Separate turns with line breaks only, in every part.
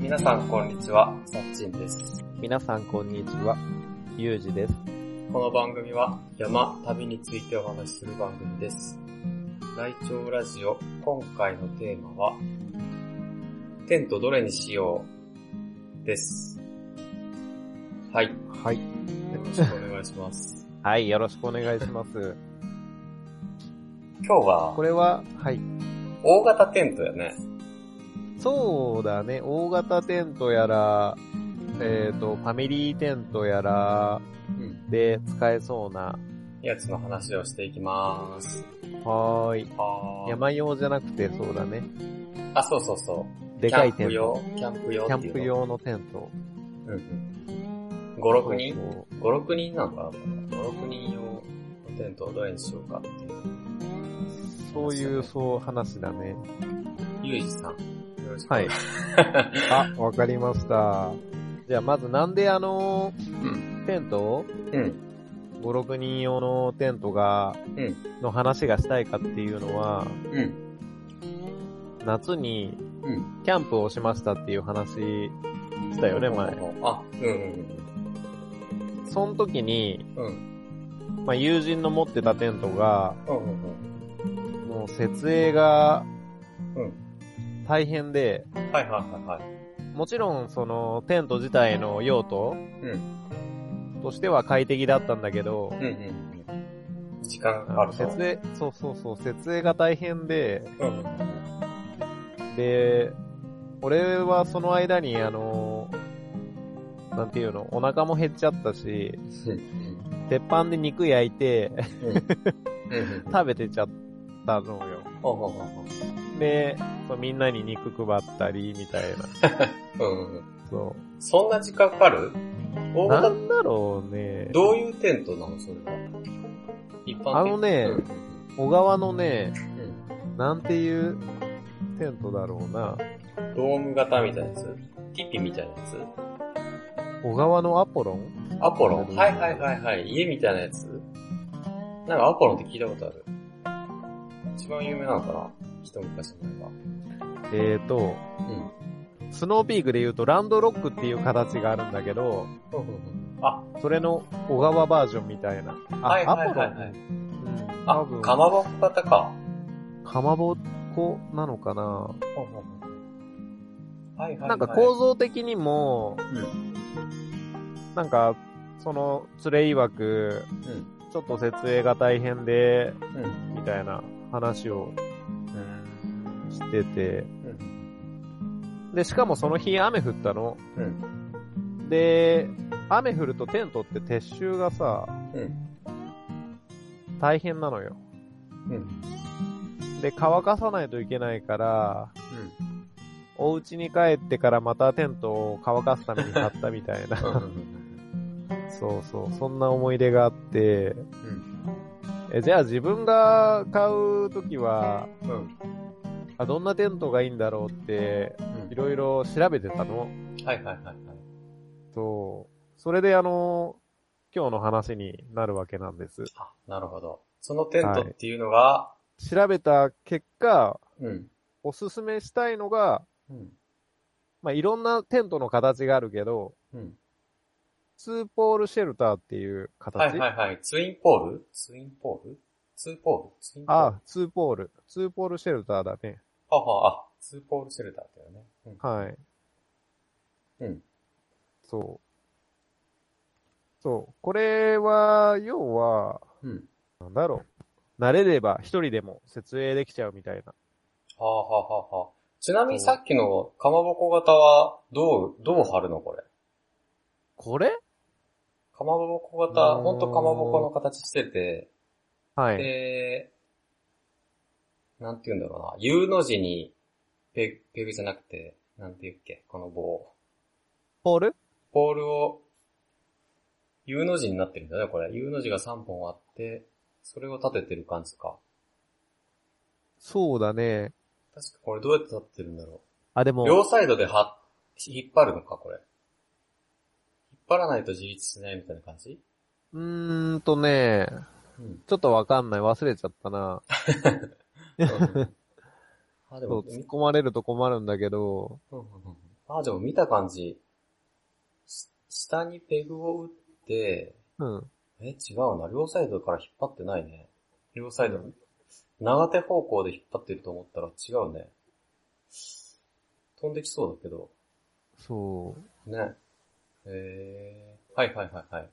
皆さんこんにちは、さっちんです。
皆さんこんにちは。ゆうじです。
この番組は山、旅についてお話しする番組です。ライチョウラジオ、今回のテーマは、テントどれにしようです。はい、よ
はい。
ろしくお願いします。
はい、よろしくお願いします。
今日は
こ、れは、はい。
大型テントやね。
そうだね、大型テントやら、えっ、と、ファミリーテントやら
うん。
で使えそうな、
やつの話をしていきます。
はーい。
あー
山用じゃなくて、そうだね。
あ、そうそうそう。
でかいテン
キ
ト。
ャンプ用。キャ
キャ
ンプ用っていうの。
ンプ。用のテント。
うんうん。5、6人
そうそ
?5、
う
6人なのかな ?5、6人用のテントをどれにしようかっていう。
そういう、そう、話だね。
ゆうじさん。よろしく。
はい。 あ、わかりました。じゃあ、まずなんであの
うん。
テントを
うん。
5、6人用のテントが、
うん
の話がしたいかっていうのは、
うん。
夏に
うん。
キャンプをしましたっていう話したよね、前。。
あ、うんうん
その時に、
うん。うん。
まあ、友人の持ってたテントが、
うんうん
もう設営が
うん。
大変で、
うん。はいはいはいはい。
もちろんそのテント自体の用途
うん。
としては快適だったんだけど、
うんうんうん。時間がかか
あの
ると。
設営、そうそうそう、設営が大変で、
うん うん
で、俺はその間に、あの、なんていうの、お腹も減っちゃったし、
うん。
鉄板で肉焼いて
うんうん。
食べてちゃったのよ。
ほうほうほうほ
で、そうみんなに肉配ったり、みたいな。
ううんうん。
そ
そんな時間かかる
う。
大
な
型、
んだろうね。
どういうテントなのそれは。一般的
あのね
うん
小川のね、
うん
なんていうテントだろうな。
うんドーム型みたいなやつティピみたいなやつ
小川のアポロン
アポロ
う
ン
ん
はいはいはいはい。家みたいなやつなんかアポロンって聞いたことある。一番有名なのかな一昔前は。
えーと、
うん。
スノーピークで言うとランドロックっていう形があるんだけど、
あ、
それの小川バージョンみたいな。あ、
はいはいはい
アポ
は
ロ
い
ン。うん多
あ
分、
かまぼこ型か。
かまぼっこなのかな、
はいはいはい。
なんか構造的にも、
う
なんか、その、連れ曰く、
ん。
ちょっと設営が大変で、
うん。うん。
みたいな話を
うん。
してて、
うん。
で、しかもその日雨降ったの。
うん。
で、雨降るとテントって撤収がさ、
うん。
大変なのよ。
うん。
で、乾かさないといけないから、
うん。
お家に帰ってからまたテントを乾かすために買ったみた いな。そうそう、そんな思い出があって、えじゃあ自分が買うときは
うん。
あ、どんなテントがいいんだろうって、いろいろ調べてたの。
はいはいはいはい。
そう。それであの、今日の話になるわけなんです。
あ、なるほど。そのテントっていうのが、
調べた結果、
うん。
おすすめしたいのが、
うん。
まあ、いろんなテントの形があるけど、
うん。
ツーポールシェルターっていう形。
はいはいはい。ツインポールツインポールツーポールツインポール
ああ、ツーポール。ツーポールシェルターだね。
あはあ、ツーポールシェルターだよね。うん。
はい。
うん。
そう。そう。これは、要は、
うん。
なんだろう。慣れれば一人でも設営できちゃうみたいな。
はあはあはあはあ。ちなみにさっきのかまぼこ型は、どう、どう貼るのこれ。
これ
かまぼこ
うー
型、
ん
ほんとかまぼこの形してて、
はい。
で、なんて言うんだろうな。U の字に、ペグ、ペグじゃなくて、なんて言うっけ、この棒。
ポール
ポールを、U の字になってるんだね、これ。U の字が3本あって、それを立ててる感じか。
そうだね。
確かこれどうやって立ってるんだろ
あ、で
う。
も、
両サイドでは、引っ張るのか、これ。引っ張らないと自立しないみたいな感じ
うーんとね、
うん。
ちょっとわかんない。忘れちゃったな。
うんあ、で
そ
も、
う、突っ
み
込まれると困るんだけど、
うんうんうんあ、でも見た感じ、し下にペグを打って、
うん。
え、違うな。両サイドから引っ張ってないね。両サイド。長手方向で引っ張ってると思ったら違うね。飛んできそうだけど。
そう。
ね。えー。はいはいはいはい。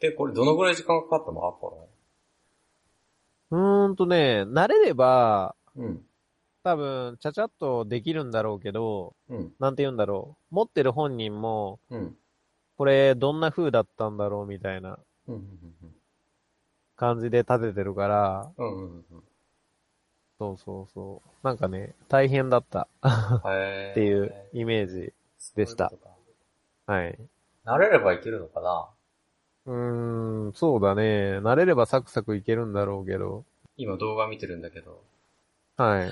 で、これどのぐらい時間かかったのアポ
うーんとね、慣れれば、
ロン。
多分、ちゃちゃっとできるんだろうけど、
うん。うん。
なんて言うんだろう。持ってる本人も、
うん。
これ、どんな風だったんだろうみたいな
うん。うん。
感じで立ててるから、
うん。うんうんうん。
そうそうそう。なんかね、大変だった
へー
っていうイメージ。でした
そういうこ
はい。
とか慣れればいけるのかな
うーん、そうだね。慣れればサクサクいけるんだろうけど。
今動画見てるんだけど。
はい。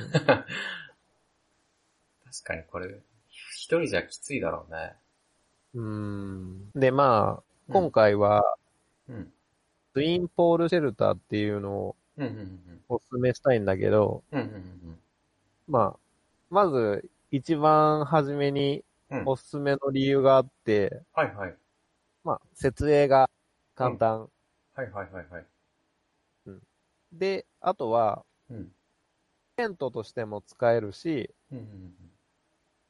確かにこれ、一人じゃきついだろうね。
うーん。で、まあ、
うん
今回は、
うん。
ツインポールシェルターっていうのを
うん。うん。うん。
お勧めしたいんだけど、
うんうんうん
まあ、まず、一番初めに
うん。うん
おすすめの理由があって、
はいはい。
まあ、設営が簡単。
はいはいはいはい。
で、あとは、
うん。
テントとしても使えるし、
うんうん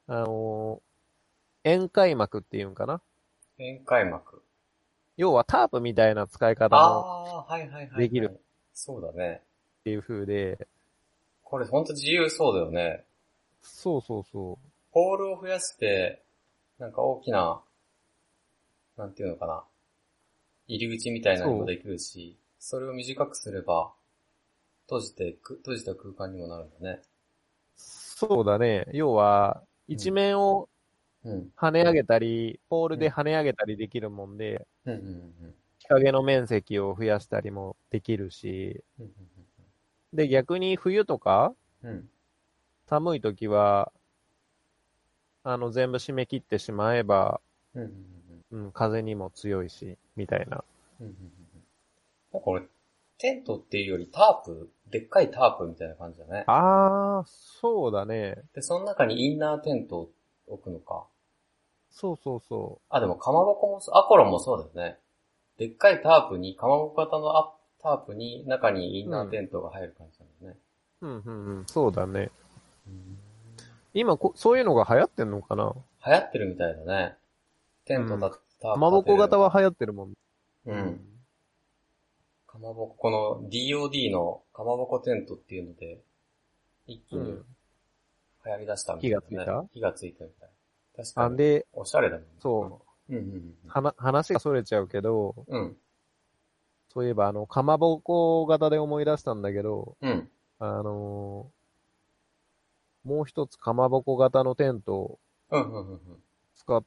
うん。
あのー宴会幕っていうんかな
宴会幕。
要はタープみたいな使い方も
ああー、はいはいはいはい。
できる。
そうだね。
っていう風で、
これほんと自由そうだよね。
そうそうそ
ポールを増やして、なんか大きな、なんていうのかな。入り口みたいなのもできるし、それを短くすれば、閉じてく、閉じた空間にもなるんだね。
う。そうだね。要は、
ん
一面を
うん。
跳ね上げたり、ポールで跳ね上げたりできるもんで、
うんうんうん
日陰の面積を増やしたりもできるし、
うん。うん
で、逆に冬とか、
うんうん。うん。
寒い時は、あの、全部締め切ってしまえば、
うんうん
うん、風にも強いし、みたいな。
うんうんうんうん。なんかこれ、テントっていうよりタープ、でっかいタープみたいな感じだね。
あー、そうだね。
で、その中にインナーテントを置くのか。
そうそうそ
あ、でもかまぼこもそう、アコロもそうだよね。でっかいタープに、かまぼこ型のアタープに、中にインナーテントが入る感じなんだよね。
う。うんうんうん、そうだね。
うん
今こ、そういうのが流行ってんのかな
流行ってるみたいだね。テントだ、タープ。
かまぼこ型。は流行ってるもん。
うん。かまぼこ、この DOD のかまぼこテントっていうので、一気
う
に
ん。
流行り出したみたいだね。
火がついた
火がついたみたい。確か
あ
に。
で、
おしゃれだもんね。
そ
うんうん
う、はな、話が逸れちゃうけど、
うん。うん。
そういえばあの、かまぼこ型で思い出したんだけど、
うん。
あのーもう一つかまぼこ型のテントを
うんうんうんうん。
使っ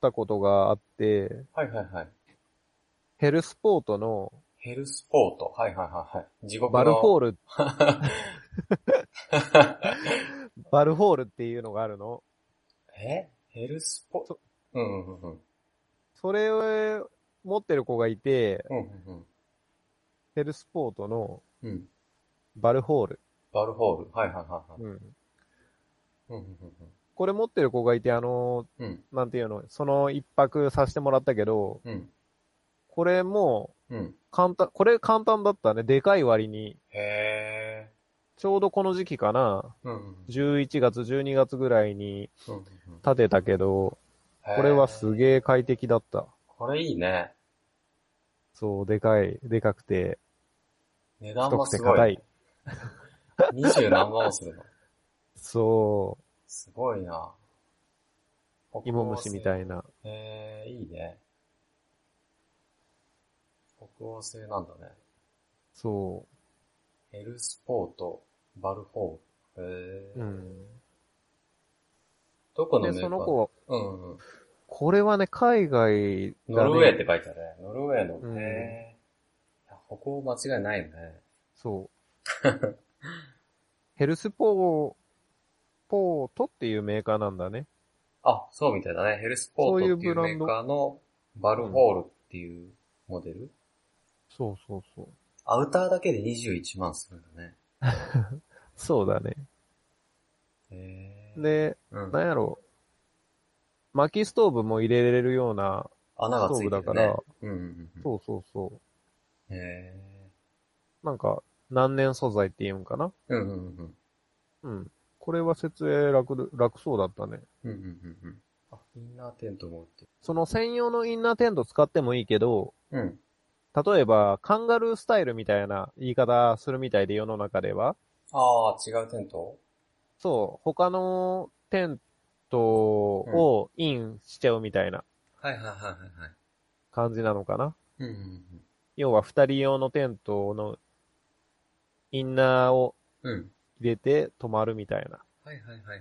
たことがあって、
はいはいはい。
ヘルスポートの
ヘルスポート。はいはいはいはい。地獄の。
バルホー
ー
ル、
ル。
バルホールっていうのがあるの。
えヘルスポートうんうんうん。
それを持ってる子がいて、
うんうん
ヘルスポートの
うん。うん。
バルホール。
バルホール。はいはいはいはい。
うん。
うんうんうん
これ持ってる子がいて、あの
うん。うん
ーなんていうの、その一泊させてもらったけど、
うん。
これも
うん。
簡単、これ簡単だったね。でかい割に、
へ
ちょうどこの時期かな。
ー。うんうん
11月、12月ぐらいに
うんうんうん。
建てたけど、
へー
これはすげえ快適だった。
これいいね。
そう、でかい、でかくて、
値段
太
も
くて
すご
硬
い。
い。
二十何万もするの。
そ
すごいな。
う、芋虫み
い。
たいな。
へー、いいね。北欧製なんだね。
そ
ヘルスポート、バルホール。へ
う。
ー。
うん。
どこのメ
で、
ーカー
その子は、
うんうん。
これはね、海外
ノ
だ
ルウェーって
ね。
書いてあるね。ノルウェーの。
う
へ
ん
ぇー。いやここ間違いないよね。
そう。 ヘルスポー、ポートっていうメーカーなんだね。
あ、そうみたいだね。ヘルスポートっていうメーカーのバルホールっていうモデル、
そうそうそう。
アウターだけで21万するんだね。
そうだね。
へー
で、
うん
なんやろう。薪ストーブも入れれるような、
穴がついてる、ね。
ストーブだから
うんうんうん。
そうそうそ
へ
う。なんか、何年素材って言うんかな
ーうんうんうん
うん。これは設営楽で、楽そうだったね。
うん。うんうんうんうん。あ、インナーテントも売って
その専用のインナーテント使ってもいいけど、
る。うん。
例えば、カンガルースタイルみたいな言い方するみたいで世の中では。
ああ、違うテント
そう、他のテントをインしちゃうみたいな
はいはいはいはいはい。
感じなのかな。
うんうん
要は二人用のテントのインナーを
うん。うん。
入れて泊まるみたいな、
はいはいはいはいは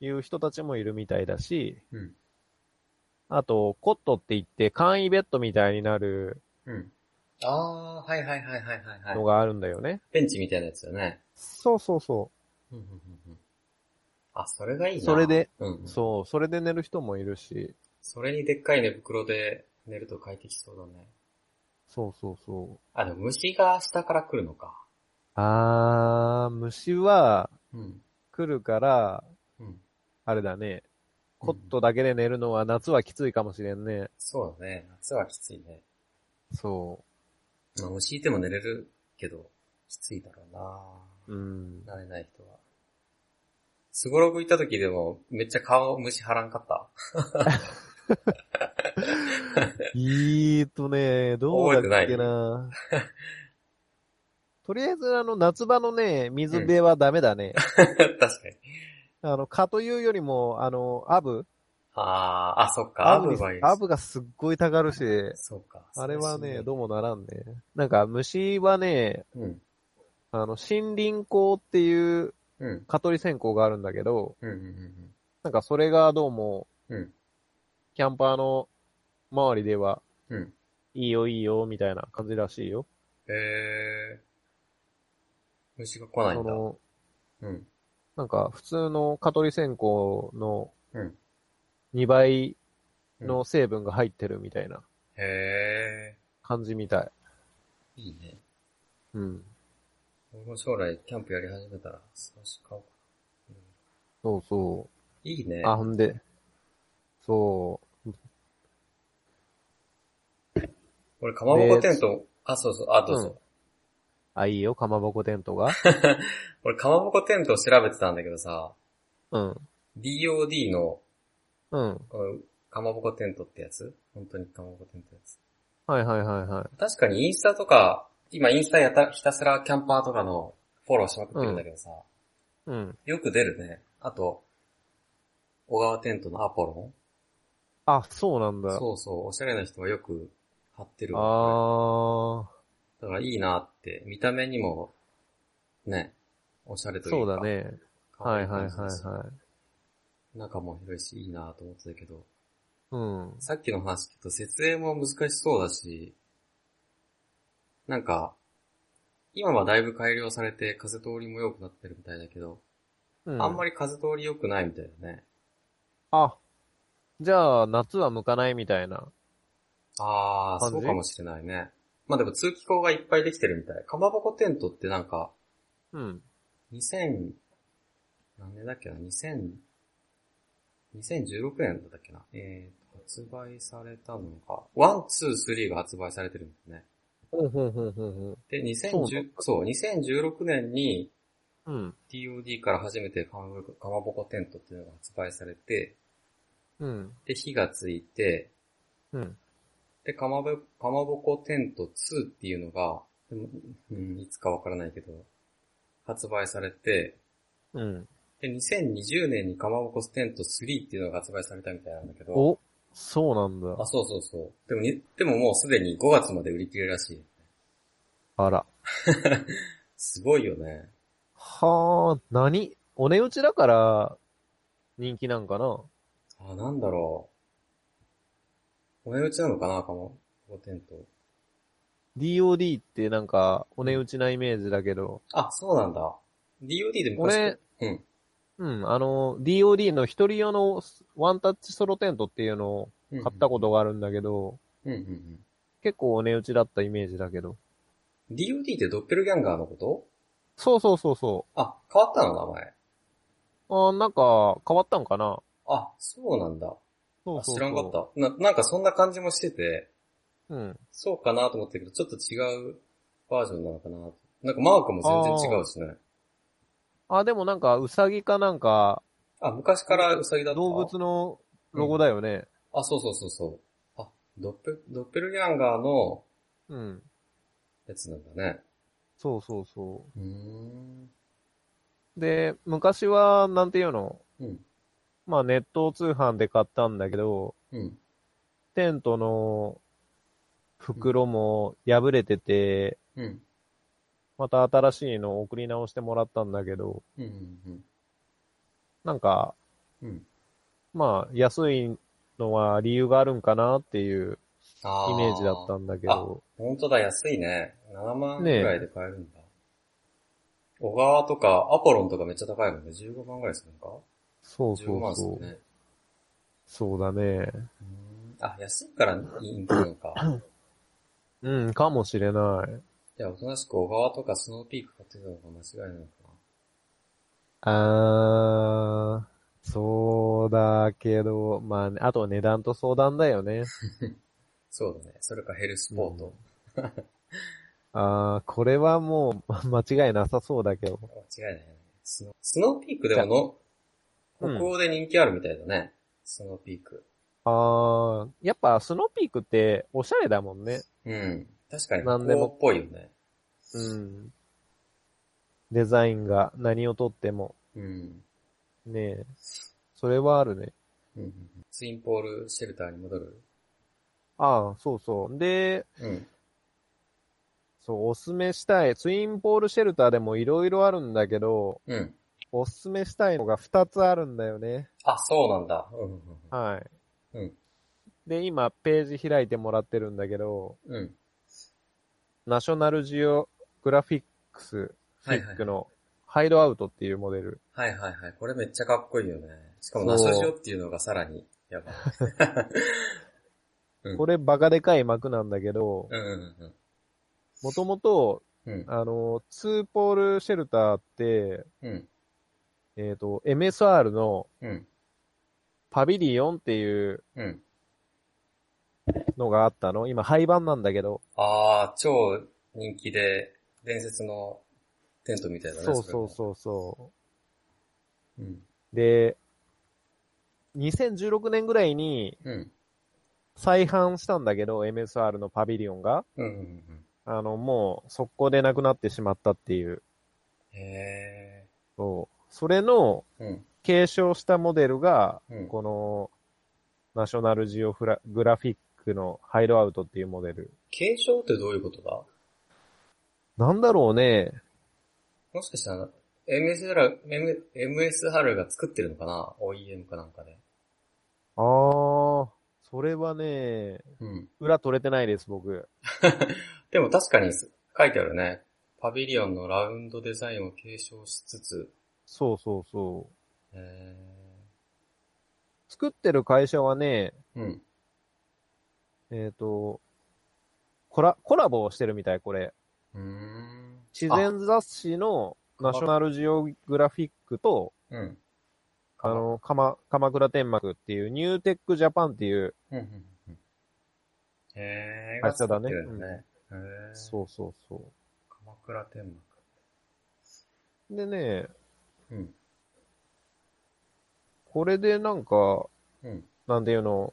い。
いう人たちもいるみたいだし、
うん。
あと、コットって言って簡易ベッドみたいになる
うん。ああー、はいはいはいはいはい
の
はい。
があるんだよね。
ベンチみたいなやつだね。
そうそうそ
うんうんうんうん。あ、それがいいな。
それで、
うん、う
う。
ん。
そう、それで寝る人もいるし、
それにでっかい寝袋で寝ると快適そうだね。
そうそうそう。
あ、でも虫が下から来るのか。
あー、虫は
うん。
来るから、
うん。
あれだね。コットだけで寝るのは夏はきついかもしれんね。
そうだね。夏はきついね。
そ
まあ虫いても寝れるけど、きついだろう
う。うん。
な慣れない人は。スゴロク行った時でも、めっちゃ顔虫張らんかった。
えーとね、どうだっ
覚え
け
て
な。 とりあえず、あの、夏場のね、水辺はダメだね。
確かに。
あの、蚊というよりも、あの、アブ。
あー、あ、そっか、
ア
ア
ブ
ブ
に
はいい。
アブがすっごいたがるし、
そうか。
あれはね、
う
どうもならんね。なんか、虫はね、
うん。
あの、森林校っていう
うん。
蚊取り線香があるんだけど、
うん。うん。
なんかそれがどうも、
うん。
キャンパーの周りでは、
うん。
いいよいいよ、みたいな感じらしいよ。
えー。虫が来ない
そ
んだ。
の、
うん。
なんか、普通の蚊取り線香の
うん。
2倍の成分が入ってるみたいな
へ
感じみたい。
ー。いいね。
うん。
俺も将来キャンプやり始めたら、少し買おうかな。うん
そうそ
いいね
う。。あ、ほんで、そう。
俺、かまぼこテント、あ、そうそう、あ、どうぞ。
うんあ、いいよ、かまぼこテント が。
俺、かまぼこテントを調べてたんだけどさ、
うん。
DOD の、
うん。
うんかまぼこテントってやつ本当にかまぼこテントのやつ。
はいはいはいはい。
確かにインスタとか、今インスタやた、ひたすらキャンパーとかのフォローしまくってるんだけどさ、
うん。
よく出るね。あと、小川テントのアポロ
あ、そうなん
ン
だ。
そうそう、おしゃれな人がよく貼ってるわ。
あ
だからいいなって、見た目にも、ね、おしゃれ
ー、
というか。
そうだね。
可
は
愛
いはいはい
感じだし
はい。
中も広いし、いいなと思ってたけど、
うん。
さっきの話聞くと設営も難しそうだし、なんか、今はだいぶ改良されて風通りも良くなってるみたいだけど、
うん、
あんまり風通り良くないみたいだね。
あ、じゃあ、夏は向かないみたいな。
あー、
感じ
そうかもしれないね。まあでも通気口がいっぱいできてるみたい。かまぼこテントってなんか、
うん。
2000、何年だっけな、2000、2016年だっけな。えーと、発売されたのが、1、2、3が発売されてるんだよね。
ほんほんほんほんほん。
で、
そう
2010、そう、2016年に
うん。
TOD から初めてかまぼこかまぼこテントっていうのが発売されて、
うん。
で、火がついて、
うん。
で、かまぼ、かまぼこテント2っていうのが、でもうん、いつかわからないけど、発売されて、
うん。
で、2020年にかまぼこテント3っていうのが発売されたみたいなんだけど、
お、そうなんだ
あ、。そうそうそう。でもに、でももうすでに5月まで売り切れらしい。
あら。
すごいよね。
はあ、何お値打ちだから、人気なんかな
あ、なんだろう。お値打ちなのかな、かまぼこテント。
?DOD ってなんか、お値打ちなイメージだけど。
あ、そうなんだ。DOD で昔、
俺、
うん。
うん、あの、DOD の一人用のワンタッチソロテントっていうのを買ったことがあるんだけど、
うんうんうん。
結構お値打ちだったイメージだけど。
DOD ってドッペルギャンガーのこと
そうそうそうそ
あ、変わったの名前。
う。あーなんか、変わったんかな
あ、そうなんだ。
そう
あ
そうそう
知らんかっ。た。な、なんかそんな感じもしてて、
うん。
そうかなと思ったけど、ちょっと違うバージョンなのかなと。なんかマークも全然違うしね。
あ、でもなんか、ウサギかなんか、
あ昔からウサギだった。
動物のロゴだよね。
あ、そうそうそうそう。あ、ドッペ、ドッペルギャンガーの
うん。
やつなんだね。
そうそうそう
ーん。
う。で、昔は、なんていうの
うん。
まあ、ネット通販で買ったんだけど、
うん。
テントの袋も破れてて、
うん。
また新しいのを送り直してもらったんだけど、
うん。うん。
なんか、
うん。
まあ、安いのは理由があるんかなっていう
あ
イメージだった。んだけど、
本当だ、安いね。7万く
ねえ
らいで買えるんだ。小川とかアポロンとかめっちゃ高いもんね。15万くらいするのか
そうそ
?15 万
う
す
そ
る
う。
ね。
そうだね。
うーんあ、安いからいいんだのか。
うん、かもしれない。
いや、おとなしく小川とかスノーピーク買ってたのが間違いないのか
あー、そうだけど、まあ、あと値段と相談だよね。
な。そうだね。それかヘルスポート。
あー、これはもう、ま間違いなさそうだけど。
間違いないね。スノスノーピークでも
う
の、
ん
北欧で人気あるみたいだね。スノーピーク。
あー、やっぱスノーピークっておしゃれだもんね。
うん。確かに
なんで
北
も
欧っぽいよね。
うん。デザインが何をとっても。
うん。
ねえ。それはあるね。
うん、ツインポールシェルターに戻る
ああ、そうそう。で、
うん。
そう、おすすめしたい。ツインポールシェルターでもいろいろあるんだけど、
うん。
おすすめしたいのが2つあるんだよね。
あ、そうなんだ。うんうん
はい。
うん
で、今、ページ開いてもらってるんだけど、
うん。うん。
ナショナルジオグラフィックスフィックのハイドアウトっていうモデル。
はいはいはい。これめっちゃかっこいいよね。しかもナショジオっていうのがさらに、や ばい。うん
これバカでかい幕なんだけど、
うんうん
もともと、
うん。うん。
あの、ツーポールシェルターって、
うん。
えっ、と、MSR の
うん。
パビリオンっていう
うん。
のがあったの今、廃盤なんだけど。
ああ、超人気で、伝説のテントみたいだね。
そうそう
そ
そうそ
れもうん。
う。で、2016年ぐらいに
うん。
再販したんだけど、MSR のパビリオンが。
うんうんうん
あの、もう、速攻でなくなってしまったっていう。
うん。へ
そう。それの
え。うん。
継承したモデルが、
うん。
この、ナショナルジオフラグラフィックのハイドアウトっていうモデル。
継承ってどういうことだ
なんだろうね。
もしかしたら、MSR、M- MSR が作ってるのかな ?OEM かなんかで。
あー、それはね、
うん。
裏取れてないです、僕。
でも確かにす書いてあるね。パビリオンのラウンドデザインを継承しつつ、
そうそうそう。
へえ。
作ってる会社はね、
うん。
えっ、と、コラ、コラボをしてるみたい、これ。
うーん。
自然雑誌のナショナルジオグラフィックと、
うん。
あ、の、鎌、鎌倉天幕っていう、ニューテックジャパンっていう、
うんうんうんうん。へえ。
会社だ
作っ
ね
てるんだね。へえ。
そうそうそ
鎌倉天幕。
う。でね、
うん。
これでなんか、
うん。
なんていうの、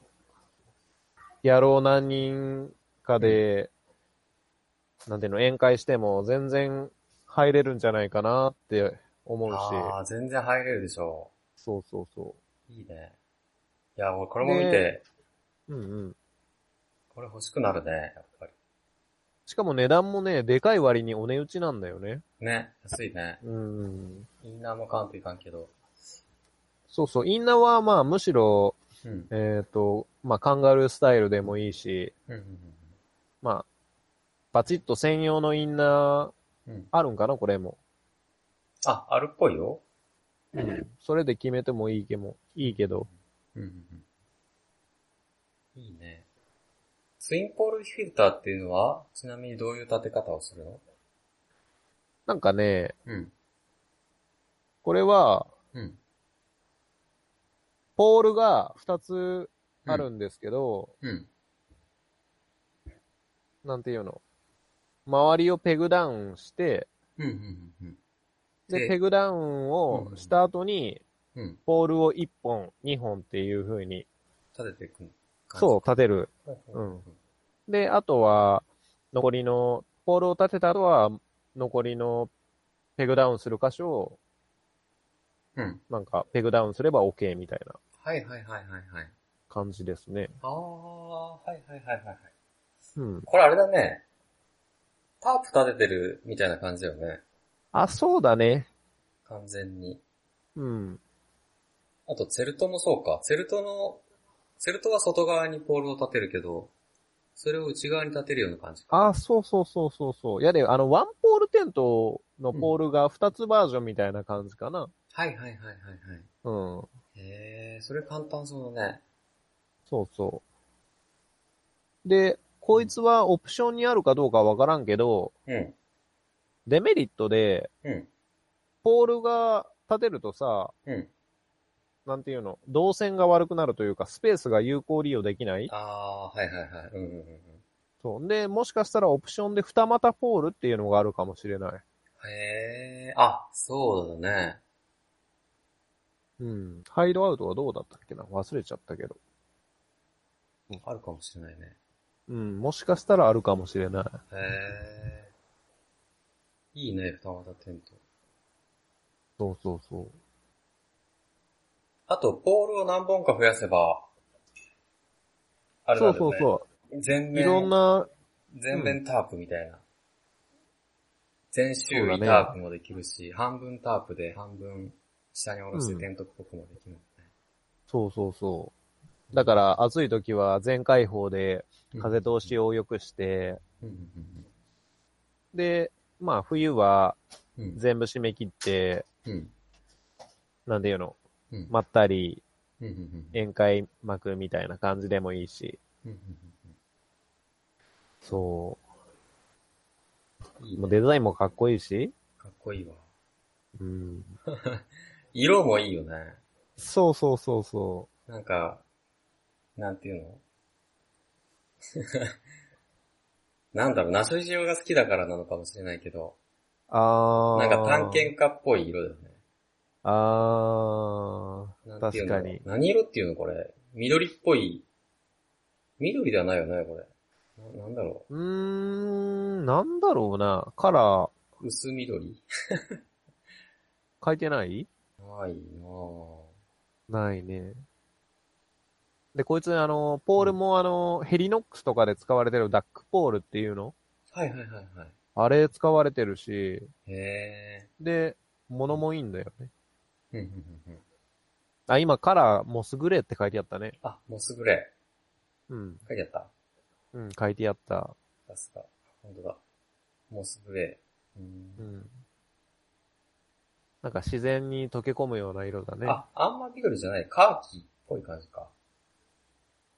野郎何人かで、なんていうの、宴会しても全然入れるんじゃないかなって思うし、
ああ、全然入れるでしょ。
そうそうそう
いいね。いや、俺これも見て、
う。うんうん。
これ欲しくなるね、やっぱり。
しかも値段もね、でかい割にお値打ちなんだよね。
ね、安いね。
うん。
インナーも買わんといかんけど。
そうそう。インナーはまあむしろ、
うん。
えっ、と、まあカンガルースタイルでもいいし、
うんうん
まあ、バチッと専用のインナー
うん。うん。
あるんかなこれも。
あ、あるっぽいよ。うん。
それで決めてもいいけも、いいけど。
うん。いいね。ツインポールフィルターっていうのは、ちなみにどういう立て方をするの
なんかね、
うん。
これは、
うん。
ポールが2つあるんですけど、
うん。
なんていうの周りをペグダウンして、
うん。うん。うん。
で、
で
ペグダウンをした後に、
うん。
ポールを1本、2本っていう風に、
立てていく感じ。
そう、立てる。
う。
うん。で、あとは、残りの、ポールを立てた後は、残りのペグダウンする箇所を、
うん。
なんか、ペグダウンすれば OK みたいな
はいはいはいはいはい。
感じですね。
ああ、はいはいはいはいはい。
うん。
これあれだね。タープ立ててるみたいな感じだよね。
あ、そうだね。
完全に。
うん。
あと、チェルトもそうか。チェルトの、チェルトは外側にポールを立てるけど、それを内側に立てるような感じか。
あ、そうそうそうそうそう。やで、あの、ワンポールテントのポールが2つバージョンみたいな感じかな。
はいはいはいはいはい。
うん。
へえ、それ簡単そうだね。
そうそう。で、こいつはオプションにあるかどうかわからんけど、
うん。
デメリットで、
うん。
ポールが立てるとさ、
うん。
なんていうの、動線が悪くなるというか、スペースが有効利用できない
ああ、はいはいはい。うんうんうんうん。
そう。で、もしかしたらオプションで二股ポールっていうのがあるかもしれない。
へえ、あ、そうだね。
うん。ハイドアウトはどうだったっけな忘れちゃったけど。
あるかもしれないね。
うん。もしかしたらあるかもしれない。
へえ。いいね、二股テント。
そうそうそう。
あと、ポールを何本か増やせば、あれだ
そ
よ
う
ね。
そうそ
全
う。い
面、
ろんな、
全面タープみたいな。全周囲
そうだ
タ
ね
ープもできるし、半分タープで半分下に下ろして
うん
テントっぽくもできるもんね。
そうそうそう。だから、暑い時は全開放で、
うん
風通しを良くして、
うんうん
で、まあ、冬は
うんうん。
全部締め切って、
うん。
なんていうの、
うん。
まったり、
うんうんうん
宴会幕みたいな感じでもいいし。
うん
そ。
うんうんいいう
もう
ね。
デザインもかっこいいし。
かっこいいわ。
うん。
色もいいよね。
そうそうそうそ
なんか、なんていうの なんだろう、ナショジオが好きだからなのかもしれないけど、
う。あ
な
ー。
んか探。検家っぽい色だよね。
あー。
なんていうの
確かに。
何色っていうのこれ。緑っぽい。緑ではないよね、これ。ななんだろ
うーん、なんだろうな。カラー、
う。薄緑
書いてない
ないなぁ。
ないね。で、こいつ、あの、ポールも、あの、ヘリノックスとかで使われてるダックポールっていうの
はいはいはいは
あれ使われてるし、
い。へ
で、物もいいんだよね。
ぇー。うんうんうんうん
あ、今、カラー、モスグレーって書いてあったね。
あ、モスグレ
うん。
ー。書いてあった。
うん、書いてあった。
さすが。本当だ。モスグレー。う
うんん。なんか自然に溶け込むような色だね。
あ、あんま緑じゃない。カーキっぽい感じか。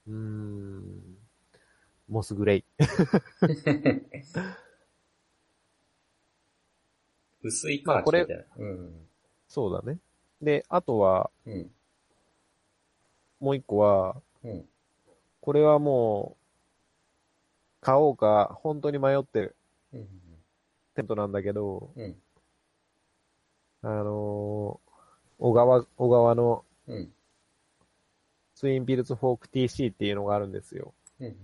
うーん。モスグレイ。
薄いカーキみたいな。うん
そうだね。で、あとは、
うん。うん。
もう一個は、
うん。
これはもう、買おうか、本当に迷ってる
うん。
テントなんだけど、
うん。
あのー小川、小川の
うん。うん
ツインピルツフォーク TC っていうのがあるんですよ。
うんうん。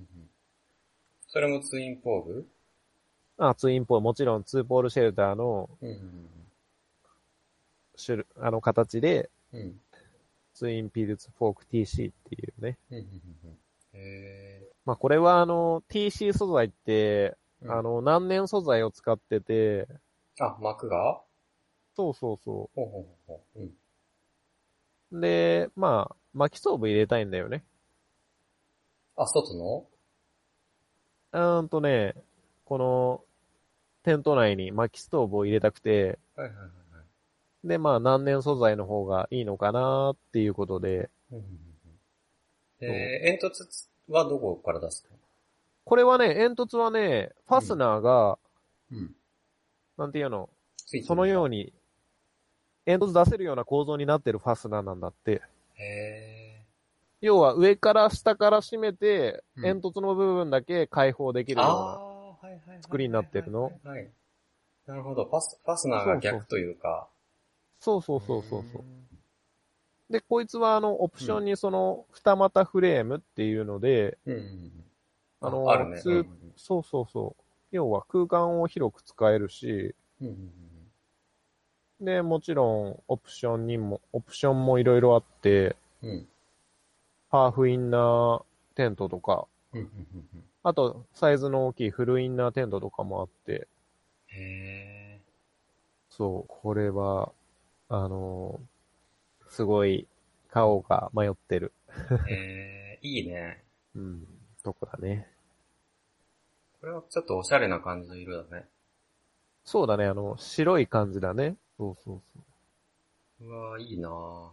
それもツインポール
あ、ツインポール、もちろんツーポールシェルターの
うんうん
種類、あの形で、
うん。うん。
ツインピルツフォーク TC っていうね。
うんうんうんうんへ
まあこれはあの、TC 素材って、
ー
あ、の、何年素材を使ってて、
あ、膜が
そうそうそ
ほうほうほうほう。うん。
う。で、まあ、巻き装部入れたいんだよね。
あ、外の
うーんとね、この、テント内に薪ストーブを入れたくて、
はいはいはいはい。
で、まあ、何年素材の方がいいのかなっていうことで、
うんえー、煙突はどこから出すの
これはね、煙突はね、ファスナーが、
うん。
なんていうの、
ついてる
そのように、煙突出せるような構造になってるファスナーなんだって。
へ
要は上から下から締めて、
うん
煙突の部分だけ開放でき
ー。
る
あ
よ
あ、はいはいはいはいはい。
作りになってるの
はい。なるほど。ファス、ファスナーが逆というか。
うな。そうそうそうそうそう。で、こいつはあの、オプションにその、二股フレームっていうので、
うん。うんうんうん。
あの
あるね。
普通
うん
そうそうそう。要は空間を広く使えるし、
うんうん
で、もちろん、オプションにも、オプションもいろいろあって、
うん。うん。
ハーフインナーテントとか、
うんうんうんうん。
あと、サイズの大きいフルインナーテントとかもあって、
へ
そう、これは、あのーすごい、買おうか迷ってる。
ーへーいいね。
うん、とこだね。
これはちょっとおしゃれな感じの色だね。
そうだね、あの、白い感じだね。そうそうそう。
うわーいいなぁ。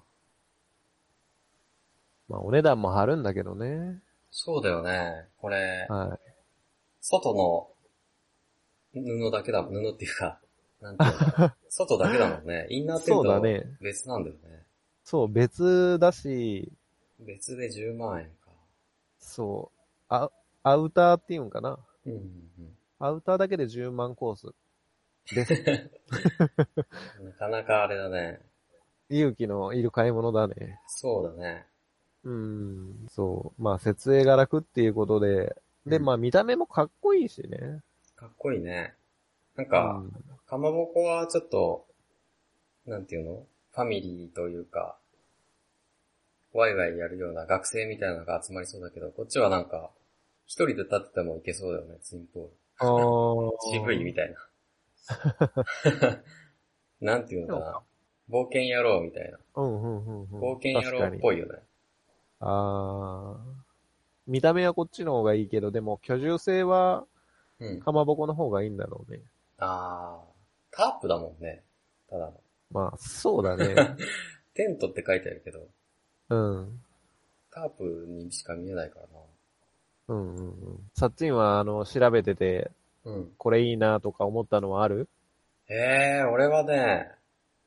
まあ、お値段も張るんだけどね。
そうだよね。これ、
は
外の布だけだ、布っていうか、なんていう の外だけだもんね。インナーテント
そうだ
は
ね
別なんだよね。
い。そう、別だし、
別で10万円か。
そう、あ、アウターっていうんかな。
うんうん
アウターだけで10万コース。です。
うん。なかなかあれだね。
勇気のいる買い物だね。
そうだね。
うん、そう。まあ、設営が楽っていうことで、で、
うん
まあ、見た目もかっこいいしね。
かっこいいね。なんか、
うん
かまぼこはちょっと、なんていうのファミリーというか、ワイワイやるような学生みたいなのが集まりそうだけど、こっちはなんか、一人で立っててもいけそうだよね、ツインポール。
あー
渋いみたい な。なんていうのかな。冒険野郎みたいな。
うんうんうんうん。
冒険野郎っぽいよね。
確かにあー見た目はこっちの方がいいけど、でも居住性は
うん。
かまぼこの方がいいんだろうね。
あー。タープだもんね。ただの。
まあ、そうだ ね。
テントって書いてあるけど、
うん。
タープにしか見えないから
うんうんうん。さっちんは、あの、調べてて、
な。うん。
これいいなとか思ったのはある
えー、俺はね、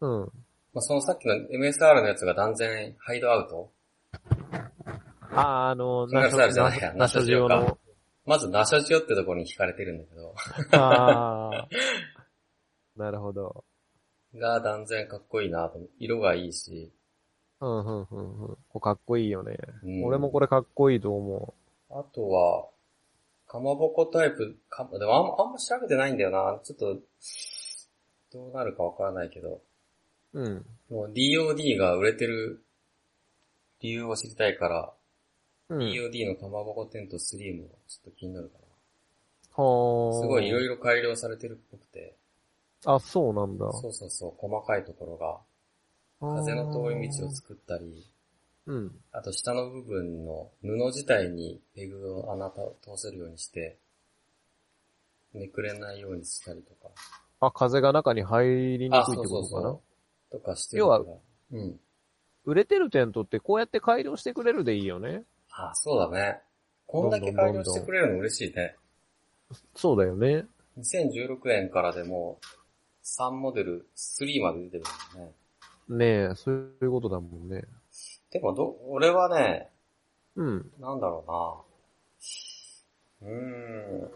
うん。
まあ、そのさっきの MSR のやつが断然ハイドアウト
ああ、あの、
ナショナルじゃないや
ナショジオ
ナショ
の。
まずナショジオってところに惹かれてるんだけど、
あーなるほど。
が断然かっこいいなと思う。色がいいし。
うんうんうんうん。これかっこいいよね。
うん
俺もこれかっこいいと思
あとは、かまぼこタイプ、かでもあんあんま調べてないんだよな。ちょっと、どうなるかわからないけど。
う。うん。
もう DOD が売れてる理由を知りたいから、
うん。
DOD のかまぼこテント3もちょっと気になるか
ほ
な。
ー
すごいいろいろ改良されてるっぽくて。
あ、そうなんだ。
そうそうそう、細かいところが。風の通り道を作ったり、
うん。
あと下の部分の布自体にペグを穴と通せるようにして、めくれないようにしたりとか。
あ、風が中に入りに
あ、
くい
そ
っ
う
て
そ
こ
う
とかな。
そう。とかしてるから。うん。
売れてるテントってこうやって改良してくれるでいいよね。
あ、そうだね。こんだけ改良してくれるの嬉しいね。
そうだよね。
2016年からでも、3モデル、3まで出てるもんね。
ねえ、そういうことだもんね。
でもど、俺はね、
うん。
なんだろうな。うーん。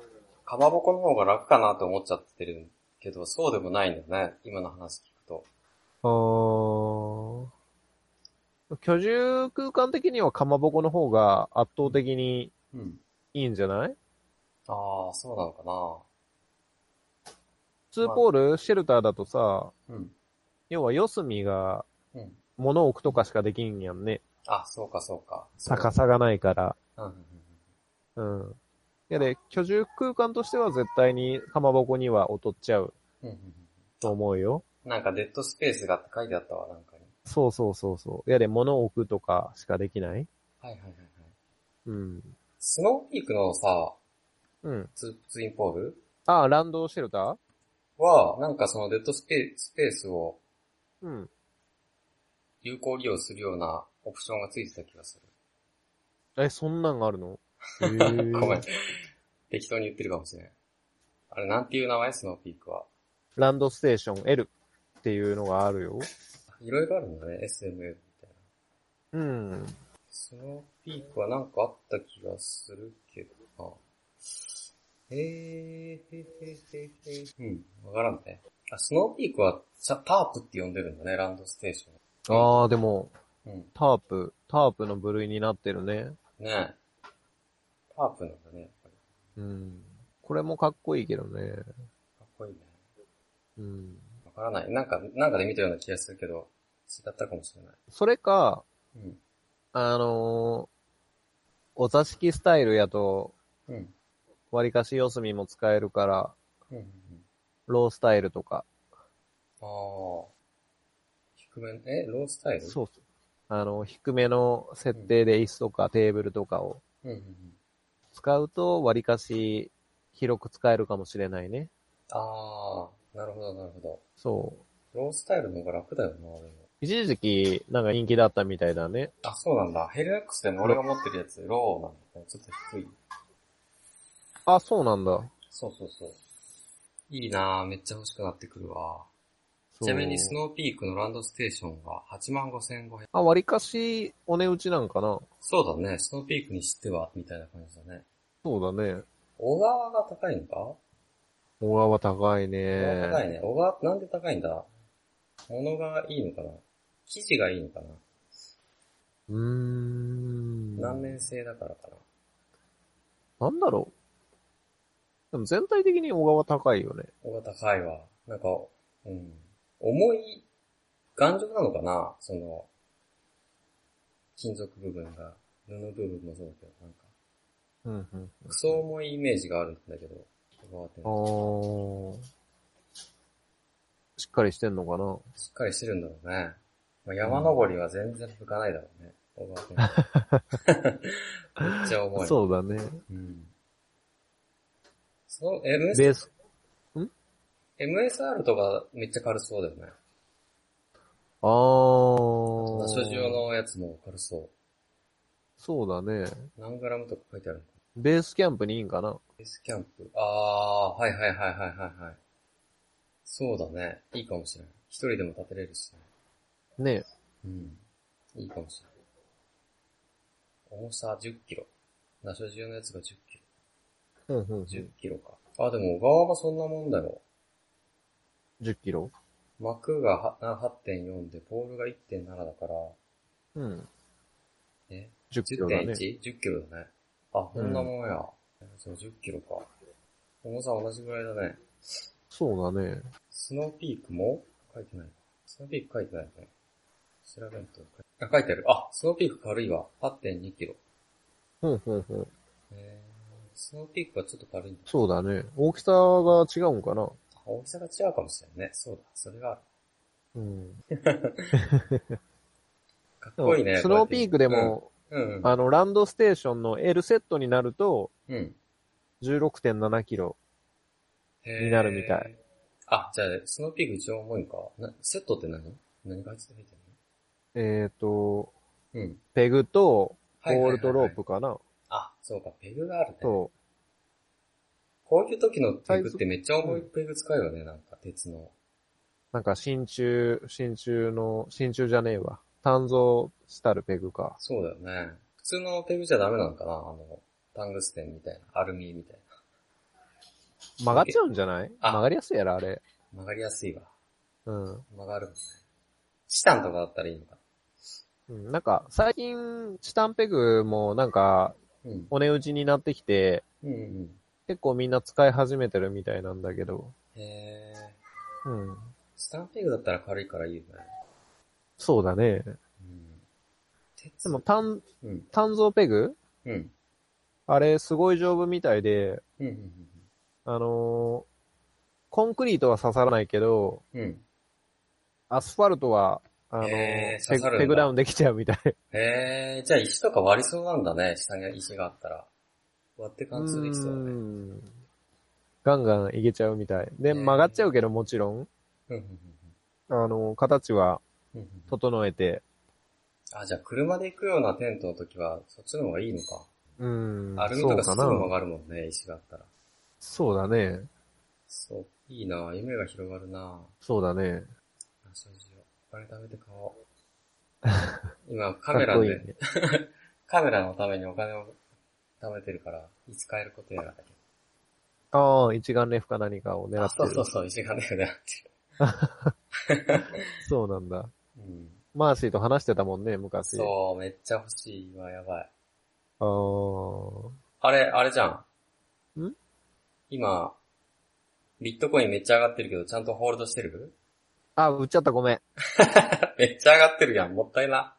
かまぼこの方が楽かなと思っちゃってるけど、そうでもないんだよね。今の話聞くと。
あー。居住空間的にはかまぼこの方が圧倒的に
うん。
いいんじゃない
ああ、そうなのか
ツーポール、シェルターだとさ、
な。うん。
要は四隅が
うん。
物を置くとかしかできんやんね。
あ、そうかそうか。
逆さがないから。
うんうんうん。
うん。いやで、居住空間としては絶対にかまぼこには劣っちゃう
うんうんう
と思うよ。
ん。なんかデッドスペースがって書いてあったわ、なんかに。
そうそうそうそう。いやで、物を置くとかしかできない
はいはいはいはい。
うん。
スノーピークのさ、
うん。
ツツインポール
ああ、ランドシェルター
は、なんかそのデッドスペスペースを
うん。
有効利用するようなオプションがついてた気がす
え、そんなんがあ るのへ
る。
ー
ごめん。適当に言ってるかもしれない。あれ、なんていう名前スノーピークは。
ランドステーション L っていうのがあるよ。
いろいろあるんだね、SMF みたいな。
うん。
スノーピークはなんかあった気がするけどな。へえー、へへへへ。うん、わからんね。あ、スノーピークはチャタープって呼んでるんだね、ランドステーション。
ああ、でも、
うん。
タープ、タープの部類になってるね。
ねえ。タープなんだね、やっぱり。
うん。これもかっこいいけどね。
かっこいいね。
うん。
わからない。なんか、なんかで見たような気がするけど、違ったかもしれない。
それか、
うん。
あのーお座敷スタイルやと、
うん。
割かし四隅も使えるから、
うんうんうん。
ロースタイルとか。
ああ。低め、え、ロースタイル
そうそう。あの、低めの設定で椅子とかテーブルとかを
う。うんうんうん。
使うと、割かし広く使えるかもしれないね。
ああ、なるほど、なるほど。
そう。
ロースタイルの方が楽だよな、俺も。
一時期、なんか人気だったみたいだね。
あ、そうなんだ。ヘル X でも俺が持ってるやつ、ローなんだね。ちょっと低い。
あ、そうなんだ。
そうそうそう。いいなぁ、めっちゃ欲しくなってくるわ。
そう
ちなみにスノーピークのランドステーションは85,500。
あ、割かし、お値打ちなんかな
そうだね、スノーピークにしては、みたいな感じだね。
そうだね。
小川が高いのか、
小川高い
小川高
ね。
いね。小川、なんで高いんだ物がいいのかな生地がいいのかな、
うーん。
難面性だからかな
なんだろう。でも全体的に小川高いよね。
小川高いわ。なんか、うん。重い、頑丈なのかなその、金属部分が、布部分もそうだけど、なんか、
うん、うん。
クソ重いイメージがあるんだけど、小川って
あー。しっかりしてんのかな
しっかりしてるんだろうね。まあ、山登りは全然向かないだろうね。小川 店めっちゃ重い。う。
そうだね。
ん。その MS、
ベース、
MSR とかめっちゃ軽そうだよね。
あー。
所持用のやつも軽そ
そうだね。
う。何グラムとか書いてあるの
ベースキャンプにいいんかな
ベースキャンプ。あー、はいはいはいはいはいはい。そうだね。いいかもしれない。一人でも立てれるしね。
ね
うん。いいかもしれない。重さ10キロ。ナショジオのやつが10キロ。
うんうんうん。
10キロか。あ、でも小川がそんなもんだよ。
10キロ
膜がはな8.4で、ポールが1.7だから、
うん。
え
10キロだね。
?10.1?10 キロだね。あ、こんなもんや。そう、10キロか。重さ同じぐらいだね。
そうだね。
スノーピークも書いてない。スノーピーク書いてないね。調べんと。あ、書いてある。あ、スノーピーク軽いわ。8.2キロ。
うんうんうん。
えー、スノーピークはちょっと軽いんだ。
そうだね。大きさが違うんかな
あ大きさが違うかもしれないね。そうだ。それがある。
うん。
かっこいいね。
スノーピークでも、
こうやって。うん。うん
あの、ランドステーションの L セットになると、
うん。
16.7キロ。
に
になるみたい。
あ、じゃあ、スノーピーク一番重いんか。なセットって何何が入ってる
えっ、と、
のうん。
ペグと、
はいはい
ボ
はいは
ー
い
ルとロープかな、
あ、そうか、ペグがあるね。
と、
こういう時のペグってめっちゃ重いペグ使うよね、なんか、鉄の。
なんか真鍮、真鍮の、真鍮じゃねえわ。炭造したるペグか。
そうだよね。普通のペグじゃダメなのかなあの、タングステンみたいな、アルミみたいな。
曲がっちゃうんじゃない
あ
曲がりやすいやろ、あれ。
曲がりやすいわ。
うん。
曲がるもんね。チタンとかだったらいいのか。
うんなんか、最近、チタンペグもなんか、
うん。
お値打ちになってきて、
うんうん
結構みんな使い始めてるみたいなんだけど。
うん。へー。
うん。
チタンペグだったら軽いからいいよね。
そうだね。
うん。鉄
でも、炭、
うん。
炭造ペグ
うん。
あれ、すごい丈夫みたいで、
うん。うん
あのーコンクリートは刺さらないけど、
うん。うん。
アスファルトは、あのー
へー刺さる
ペ
んだ
グペグダウンできちゃうみたい。
へえ、じゃあ石とか割りそうなんだね、下に石があったら。割って貫通できそうだ
う
ね。
んガンガンいけちゃうみたい。で、
ね
曲がっちゃうけどもちろん、
うんうんうん
あの、形は
うんうん
整えて、
あ、じゃあ車で行くようなテントの時は、そっちの方がいいのか。
うん。
アルミ
そ
と
う
かす
か
ぐ
な。
曲がるもんね、石があったら。
そうだね。
そう、いいな夢が広がるな
そうだね。
あ、そうしよう。お金貯めて買 おう。今、カメラで、
かっこいいね
カメラのためにお金を貯めてるから、いつ買えることやら。
ああ、一眼レフか何かを狙
あ、
って
そ
る。
うそうそう、石がね、狙ってる。
そうなんだ。
うん。
マーシーと話してたもんね、昔。
そう、めっちゃ欲しい。今やばい。
あー
あれ、あれじゃん。
ん
今、ビットコインめっちゃ上がってるけど、ちゃんとホールドしてる
あ、売っちゃったごめん。
めっちゃ上がってるやん。もったいな。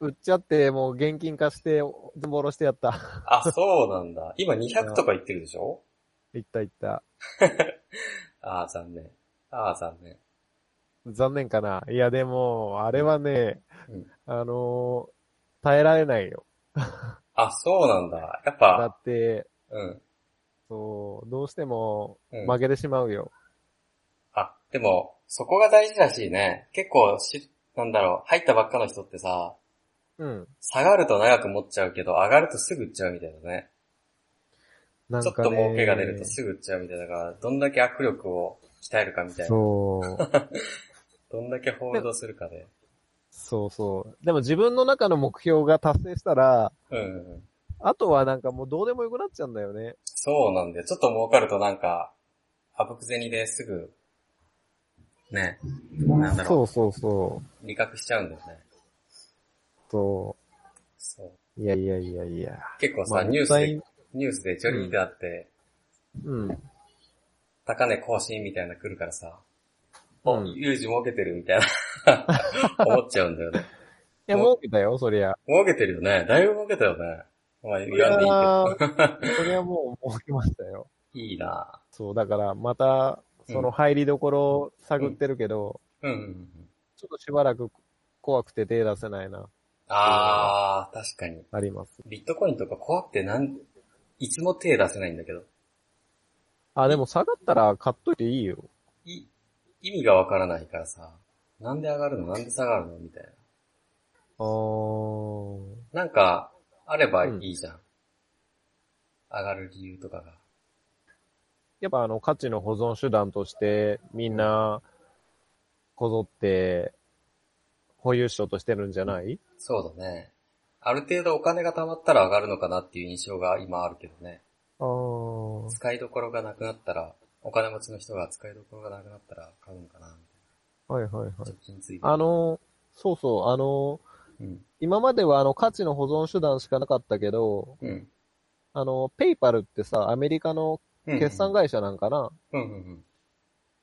売っちゃって、もう現金化して、全部下ろしてやった。
あ、そうなんだ。今200とか言ってるでしょ
いったいった。
あー、残念。あー、残念。
残念かな。いや、でも、あれはね、
うん
あのー耐えられないよ。
あ、そうなんだ。やっ
だ
ぱ、
って、
うん。
そう、どうしても、
うん
負けてしまうよ。
あ、でも、そこが大事らしいね。結構し、なんだろう、入ったばっかの人ってさ、
うん。
下がると長く持っちゃうけど、上がるとすぐ売っちゃうみたいなね。
なん
ちょっ
か
と
ね。
儲けが出るとすぐ売っちゃうみたいだから、どんだけ握力を鍛えるかみたいな。
そう。
どんだけホールドするかで。
そうそう。でも自分の中の目標が達成したら、
うんうんうん。
あとはなんかもうどうでもよくなっちゃうんだよね。
そうなんだよ。ちょっと儲かるとなんか、あぶく銭ですぐ、ね、なんだろ、
そうそうそう
理覚しちゃうんだよね。
う。そ。
そう
いやいやいやいや。
う。結構さ、
まあ
ニュース
実際
で、ニュースでジョリーだって、
うん。
高値更新みたいなの来るからさ、
うん
う有事儲けてるみたいな、 思っちゃうんだよね。
いや、儲けたよ、そりゃ。
儲けてるよね。だいぶ儲けたよね。まあ言わんでいい
いやーそりゃもう儲けましたよ。
けど。いいな
そう、だからまた、その入りどころを探ってるけど、
うんうんうん。
ちょっとしばらく怖くて手出せないな、
あー、確かに。
あります。
ビットコインとか怖くてなん、いつも手出せないんだけど。
あ、でも下がったら買っといていいよ。
い、意味がわからないからさ、なんで上がるのなんで下がるのみたい
あー。
な。なんか、あればいいじゃん。上がる理由とかが。
やっぱあの価値の保存手段としてみんなこぞって保有しようとしてるんじゃない
そうだね。ある程度お金が貯まったら上がるのかなっていう印象が今あるけどね。
ああ。
使いどころがなくなったら、お金持ちの人が使いどころがなくなったら買うのかなみ
はいはいはい
たいな。貯金ついてる。
あの、そうそう、あの、
うん。
今まではあの価値の保存手段しかなかったけど、
うん。
あの、ペイパルってさ、アメリカの
うん。
決算会社なんかな、
うんうんうん。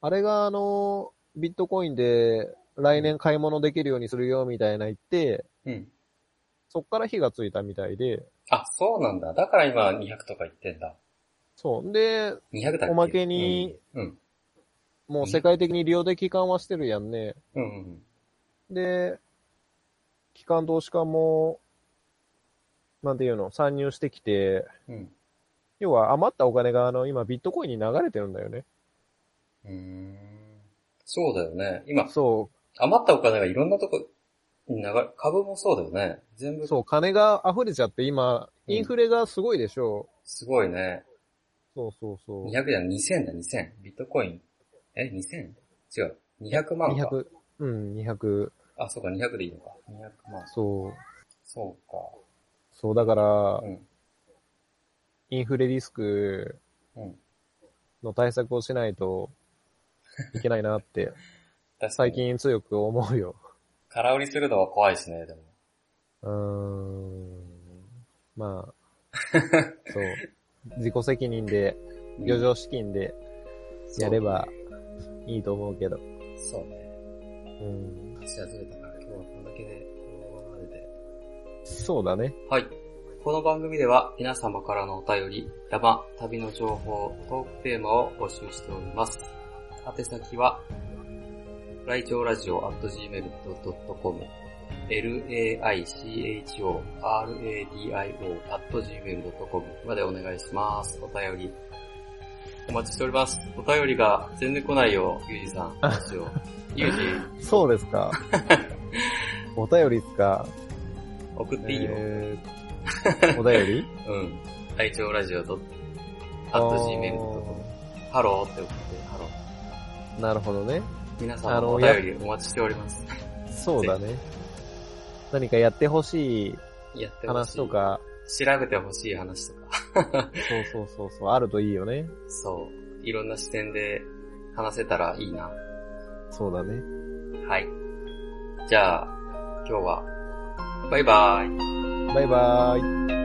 あれがあの、ビットコインで来年買い物できるようにするよみたいな言って、
うん。
そっから火がついたみたいで、
あ、そうなんだ。だから今200とか言ってんだ。
そう。で、
200だっけ
おまけに、
うん。
もう世界的に利用で期間はしてるやんね。
うん。うんうん
で、機関投資家も、なんていうの、参入してきて、
うん。うん。
要は余ったお金があの、今ビットコインに流れてるんだよね。
うーんそうだよね。今、
そ
余ったお金がいろんなとこに流れ、株もそうだよね。全
う、
部、
そう、金が溢れちゃって今、
うん
インフレがすごいでしょ
すごいね。
う。そうそうそう。
200じゃん、2000だ、2000。ビットコイン。え、2000? 違う。200万か。
200、うん、200、
あ、そうか、200でいいのか。200万。
そう。
そうか。
そう、だから
う、ん。
インフレリスク
うん。
の対策をしないといけないなって、最
最近。
近強く思うよ。
空売りするのは怖いしね、でも。
うーんまあ、そう。自己責任で、余剰資金でやればいいと思うけど。
そう。そうね。
うん、
話はずれたから、今日はこんだけで、このままでで。
そうだね。
はい。この番組では皆様からのお便り、山、旅の情報、トークテーマを募集しております。宛先は、ライチョウラジオ .gmail.com、laichoradio gmail.com までお願いします。お便り、お待ちしております。お便りが全然来ないよ、ゆうじさん。どうしよ うゆうじ、
そうですか。お便りですか。
送っていいよ。
え ーお便り
うん。愛情ラジオ .gmail.com。ハローって送って、ハロー。
あーなるほどね。
皆さ
あ
んの
の
お便りお待ちしております。
そうだね。何かやってほしい
やってほし
話
い。
と。か、
調べてほしい話とか。
そうそうそうそう、あるといいよね。
そう。いろんな視点で話せたらいいな。
そうだね。
はい。じゃあ、今日は、バイバーイ。
バイバーイ。